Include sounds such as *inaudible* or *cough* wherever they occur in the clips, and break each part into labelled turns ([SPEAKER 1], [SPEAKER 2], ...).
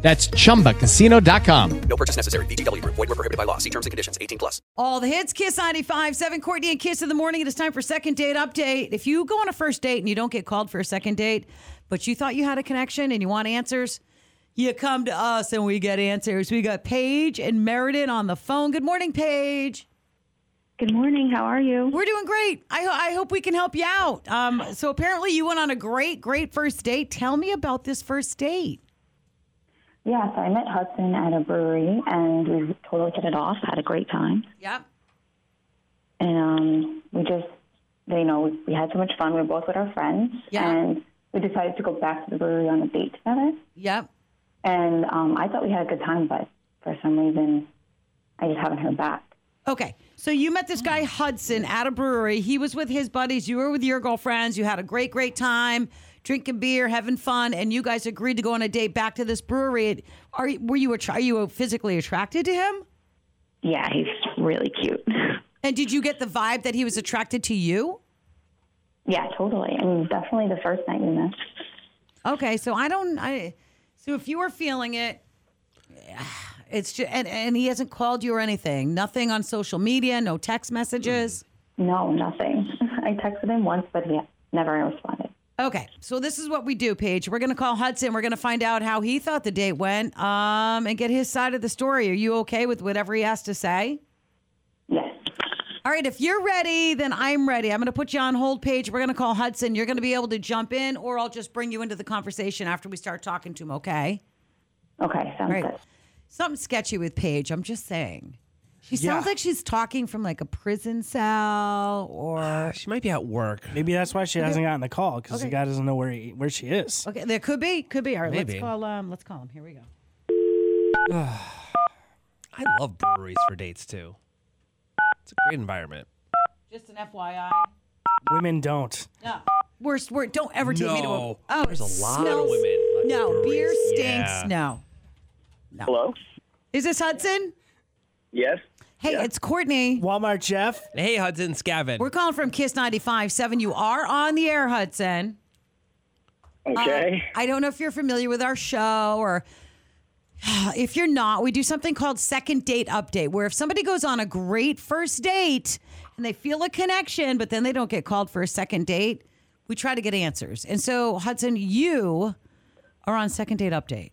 [SPEAKER 1] That's chumbacasino.com.
[SPEAKER 2] No purchase necessary. VGW Group. Void were prohibited by law. See terms and conditions. 18 plus.
[SPEAKER 3] All the hits, Kiss 95, 7, Courtney and Kiss in the morning. It is time for second date update. If you go on a first date and you don't get called for a second date, but you thought you had a connection and you want answers, you come to us and we get answers. We got Paige and Meriden on the phone. Good morning, Paige.
[SPEAKER 4] Good morning. How are you?
[SPEAKER 3] We're doing great. I, ho- I hope we can help you out. Um, so apparently you went on a great, great first date. Tell me about this first date.
[SPEAKER 4] Yeah, so I met Hudson at a brewery and we totally hit it off, had a great time.
[SPEAKER 3] Yep.
[SPEAKER 4] And um, we just, you know, we, we had so much fun. We were both with our friends.
[SPEAKER 3] Yeah.
[SPEAKER 4] And we decided to go back to the brewery on a date together.
[SPEAKER 3] Yep.
[SPEAKER 4] And um, I thought we had a good time, but for some reason, I just haven't heard back.
[SPEAKER 3] Okay. So you met this guy Hudson at a brewery. He was with his buddies. You were with your girlfriends. You had a great, great time drinking beer, having fun, and you guys agreed to go on a date back to this brewery. Are you- were you attra- are you physically attracted to him?
[SPEAKER 4] Yeah, he's really cute. *laughs*
[SPEAKER 3] And did you get the vibe that he was attracted to you?
[SPEAKER 4] yeah, totally. And definitely the first night we met.
[SPEAKER 3] Okay. So I don't. I so if you were feeling it. *sighs* It's just, and, and he hasn't called you or anything. Nothing on social media, no text messages.
[SPEAKER 4] No, nothing. *laughs* I texted him once, but he never responded.
[SPEAKER 3] Okay, so this is what we do, Paige. We're going to call Hudson. We're going to find out how he thought the date went um, and get his side of the story. Are you okay with whatever he has to say?
[SPEAKER 4] Yes.
[SPEAKER 3] All right, if you're ready, then I'm ready. I'm going to put you on hold, Paige. We're going to call Hudson. You're going to be able to jump in, or I'll just bring you into the conversation after we start talking to him, okay?
[SPEAKER 4] Okay, sounds
[SPEAKER 3] All right.
[SPEAKER 4] good.
[SPEAKER 3] Something sketchy with Paige, I'm just saying. She sounds
[SPEAKER 5] Yeah.
[SPEAKER 3] like she's talking from like a prison cell or.
[SPEAKER 5] She might be at work. Maybe that's why she hasn't gotten the call because the guy doesn't know where he, where she is.
[SPEAKER 3] Okay, there could be, could be. All right,
[SPEAKER 6] Maybe.
[SPEAKER 3] let's call. Um, let's call him. Here we go.
[SPEAKER 6] I love breweries for dates too. It's a great environment.
[SPEAKER 3] Just an FYI.
[SPEAKER 5] Women don't.
[SPEAKER 3] No. We're, we're, don't ever take me to a.
[SPEAKER 6] No.
[SPEAKER 3] Oh,
[SPEAKER 6] There's
[SPEAKER 3] it
[SPEAKER 6] a lot of
[SPEAKER 3] smells-
[SPEAKER 6] women like
[SPEAKER 3] No, beer
[SPEAKER 6] breweries.
[SPEAKER 3] stinks.
[SPEAKER 6] Yeah.
[SPEAKER 3] No.
[SPEAKER 7] Hello?
[SPEAKER 3] Is this Hudson?
[SPEAKER 7] Yes?
[SPEAKER 3] Hey, it's Courtney.
[SPEAKER 5] Walmart Jeff.
[SPEAKER 6] Hey, Hudson Scavin.
[SPEAKER 3] We're calling from Kiss 95.7. You are on the air, Hudson. Uh,
[SPEAKER 7] Okay.
[SPEAKER 3] I don't know if you're familiar with our show or *sighs* if you're not, we do something called second date update, where if somebody goes on a great first date and they feel a connection, but then they don't get called for a second date, we try to get answers. And so, Hudson, you are on second date update.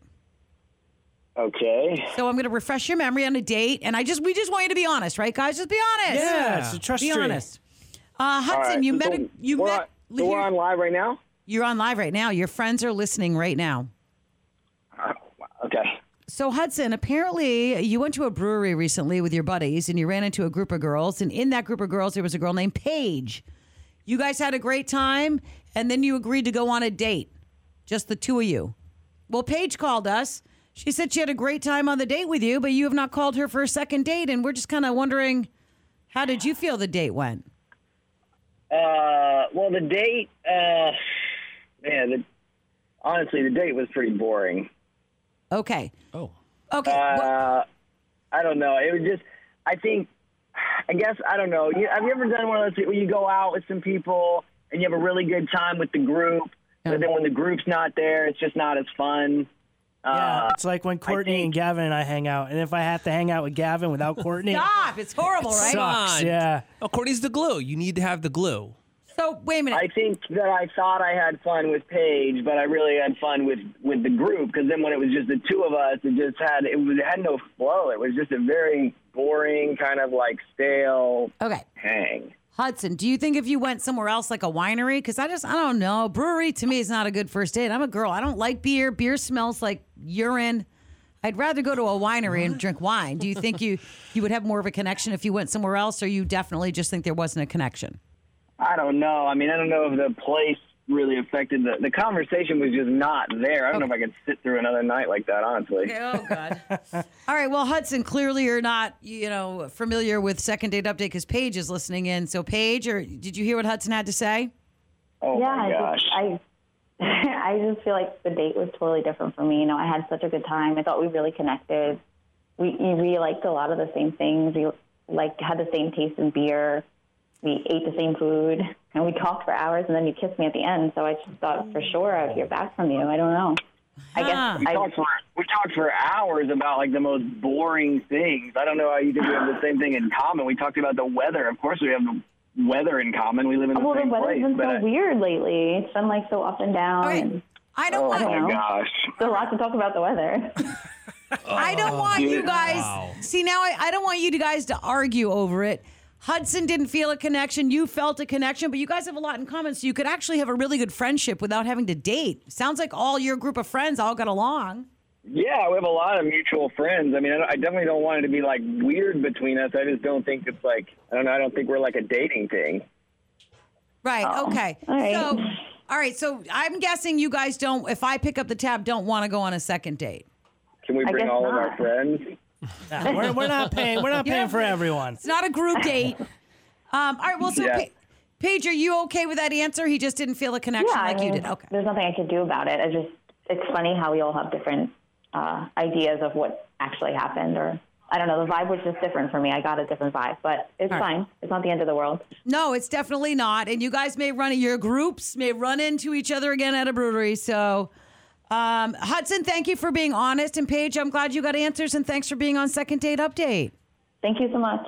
[SPEAKER 7] okay.
[SPEAKER 3] So I'm going to refresh your memory on a date, and I just we just want you to be honest, right, guys? Just be honest.
[SPEAKER 5] Yeah, it's a trust
[SPEAKER 3] be
[SPEAKER 5] tree.
[SPEAKER 3] honest. Uh, Hudson,
[SPEAKER 7] All right,
[SPEAKER 3] you
[SPEAKER 7] so
[SPEAKER 3] met a, you
[SPEAKER 7] we're
[SPEAKER 3] met.
[SPEAKER 7] On, so we're on live right now?
[SPEAKER 3] You're on live right now. Your friends are listening right now.
[SPEAKER 7] Oh, wow. Okay.
[SPEAKER 3] So Hudson, apparently you went to a brewery recently with your buddies, and you ran into a group of girls, and in that group of girls there was a girl named Paige. You guys had a great time, and then you agreed to go on a date, just the two of you. Well, Paige called us. She said she had a great time on the date with you, but you have not called her for a second date, and we're just kind of wondering, how did you feel the date went?
[SPEAKER 7] Uh, well, the date, uh, man, the, honestly, the date was pretty boring.
[SPEAKER 3] Okay.
[SPEAKER 6] oh,
[SPEAKER 3] Okay. well-
[SPEAKER 7] Uh, I don't know. It was just, I think, I guess, I don't know. You, have you ever done one of those where you go out with some people and you have a really good time with the group, but then when the group's not there, it's just not as fun?
[SPEAKER 5] Yeah, it's like when Courtney and Gavin and I hang out, and if I have to hang out with Gavin without Courtney,
[SPEAKER 3] Stop! It's horrible, right?
[SPEAKER 5] sucks.
[SPEAKER 6] on.
[SPEAKER 5] Yeah,
[SPEAKER 6] oh, Courtney's the glue. You need to have the glue.
[SPEAKER 3] So wait a minute.
[SPEAKER 7] I think that I thought I had fun with Paige, but I really had fun with with the group. Because then when it was just the two of us, it just had it, was, it had no flow. It was just a very boring kind of like stale
[SPEAKER 3] okay.
[SPEAKER 7] hang.
[SPEAKER 3] Hudson, do you think if you went somewhere else like a winery? Because I just, I don't know. Brewery to me is not a good first date. I'm a girl. I don't like beer. Beer smells like urine. I'd rather go to a winery and drink wine. Do you think you you would have more of a connection if you went somewhere else, or you definitely just think there wasn't a connection?
[SPEAKER 7] I don't know. I mean, I don't know if the place really affected the the conversation was just not there. I don't know if I could sit through another night like that, honestly.
[SPEAKER 3] Oh God! *laughs* All right. Well, Hudson, clearly you're not, you know, familiar with second date update because Paige is listening in. So, Paige, or did you hear what Hudson had to say?
[SPEAKER 7] Oh
[SPEAKER 4] yeah,
[SPEAKER 7] my
[SPEAKER 4] I
[SPEAKER 7] gosh.
[SPEAKER 4] just, I I *laughs* just feel like the date was totally different for me. You know, I had such a good time. I thought we really connected. We we liked a lot of the same things. We like had the same taste in beer. We ate the same food, and we talked for hours. And then you kissed me at the end. So I just thought for sure I'd hear back from you. I don't know. I
[SPEAKER 3] Huh.
[SPEAKER 4] guess
[SPEAKER 7] we
[SPEAKER 4] I,
[SPEAKER 7] talked for we talked for hours about like the most boring things. I don't know how you think we have the same thing in common. We talked about the weather. Of course, we have the weather in common. We live in the
[SPEAKER 4] well, the
[SPEAKER 7] same
[SPEAKER 4] weather's
[SPEAKER 7] place.
[SPEAKER 4] been
[SPEAKER 7] but
[SPEAKER 4] so
[SPEAKER 7] I-
[SPEAKER 4] weird lately. It's been like so up and down.
[SPEAKER 3] All right.
[SPEAKER 4] and
[SPEAKER 3] I don't
[SPEAKER 7] oh
[SPEAKER 3] want.
[SPEAKER 7] my
[SPEAKER 4] know.
[SPEAKER 7] gosh.
[SPEAKER 4] There's a lot to talk about the weather.
[SPEAKER 3] I don't want you guys. See now, I, I don't want you guys to argue over it. Hudson didn't feel a connection. You felt a connection, but you guys have a lot in common, so you could actually have a really good friendship without having to date. Sounds like all your group of friends all got along.
[SPEAKER 7] Yeah, we have a lot of mutual friends. I mean, I, don't- I definitely don't want it to be like weird between us. I just don't think it's like I don't know. I don't think we're like a dating thing.
[SPEAKER 3] Right. okay.
[SPEAKER 4] Oh, all right.
[SPEAKER 3] So, all right. So I'm guessing you guys don't. If I pick up the tab, don't want to go on a second date.
[SPEAKER 7] Can we bring
[SPEAKER 4] guess
[SPEAKER 7] all of
[SPEAKER 4] not.
[SPEAKER 7] our friends?
[SPEAKER 5] No, we're, we're not paying. We're not paying for everyone.
[SPEAKER 3] It's not a
[SPEAKER 4] *laughs*
[SPEAKER 3] group date. Um, all right. Well, so
[SPEAKER 7] Yeah.
[SPEAKER 3] Pa- Paige, are you okay with that answer? He just didn't feel a connection
[SPEAKER 4] Yeah, I
[SPEAKER 3] like you
[SPEAKER 4] mean,
[SPEAKER 3] did. Okay.
[SPEAKER 4] There's nothing I could do about it. I just, it's funny how we all have different uh, ideas of what actually happened, or I don't know. The vibe was just different for me. I got a different vibe, but it's
[SPEAKER 3] right.
[SPEAKER 4] fine. It's not the end of the world.
[SPEAKER 3] No, it's definitely not. And you guys may run your groups may run into each other again at a brewery. So, um, Hudson, thank you for being honest. And Paige, I'm glad you got answers. And thanks for being on Second Date Update.
[SPEAKER 4] Thank you so much.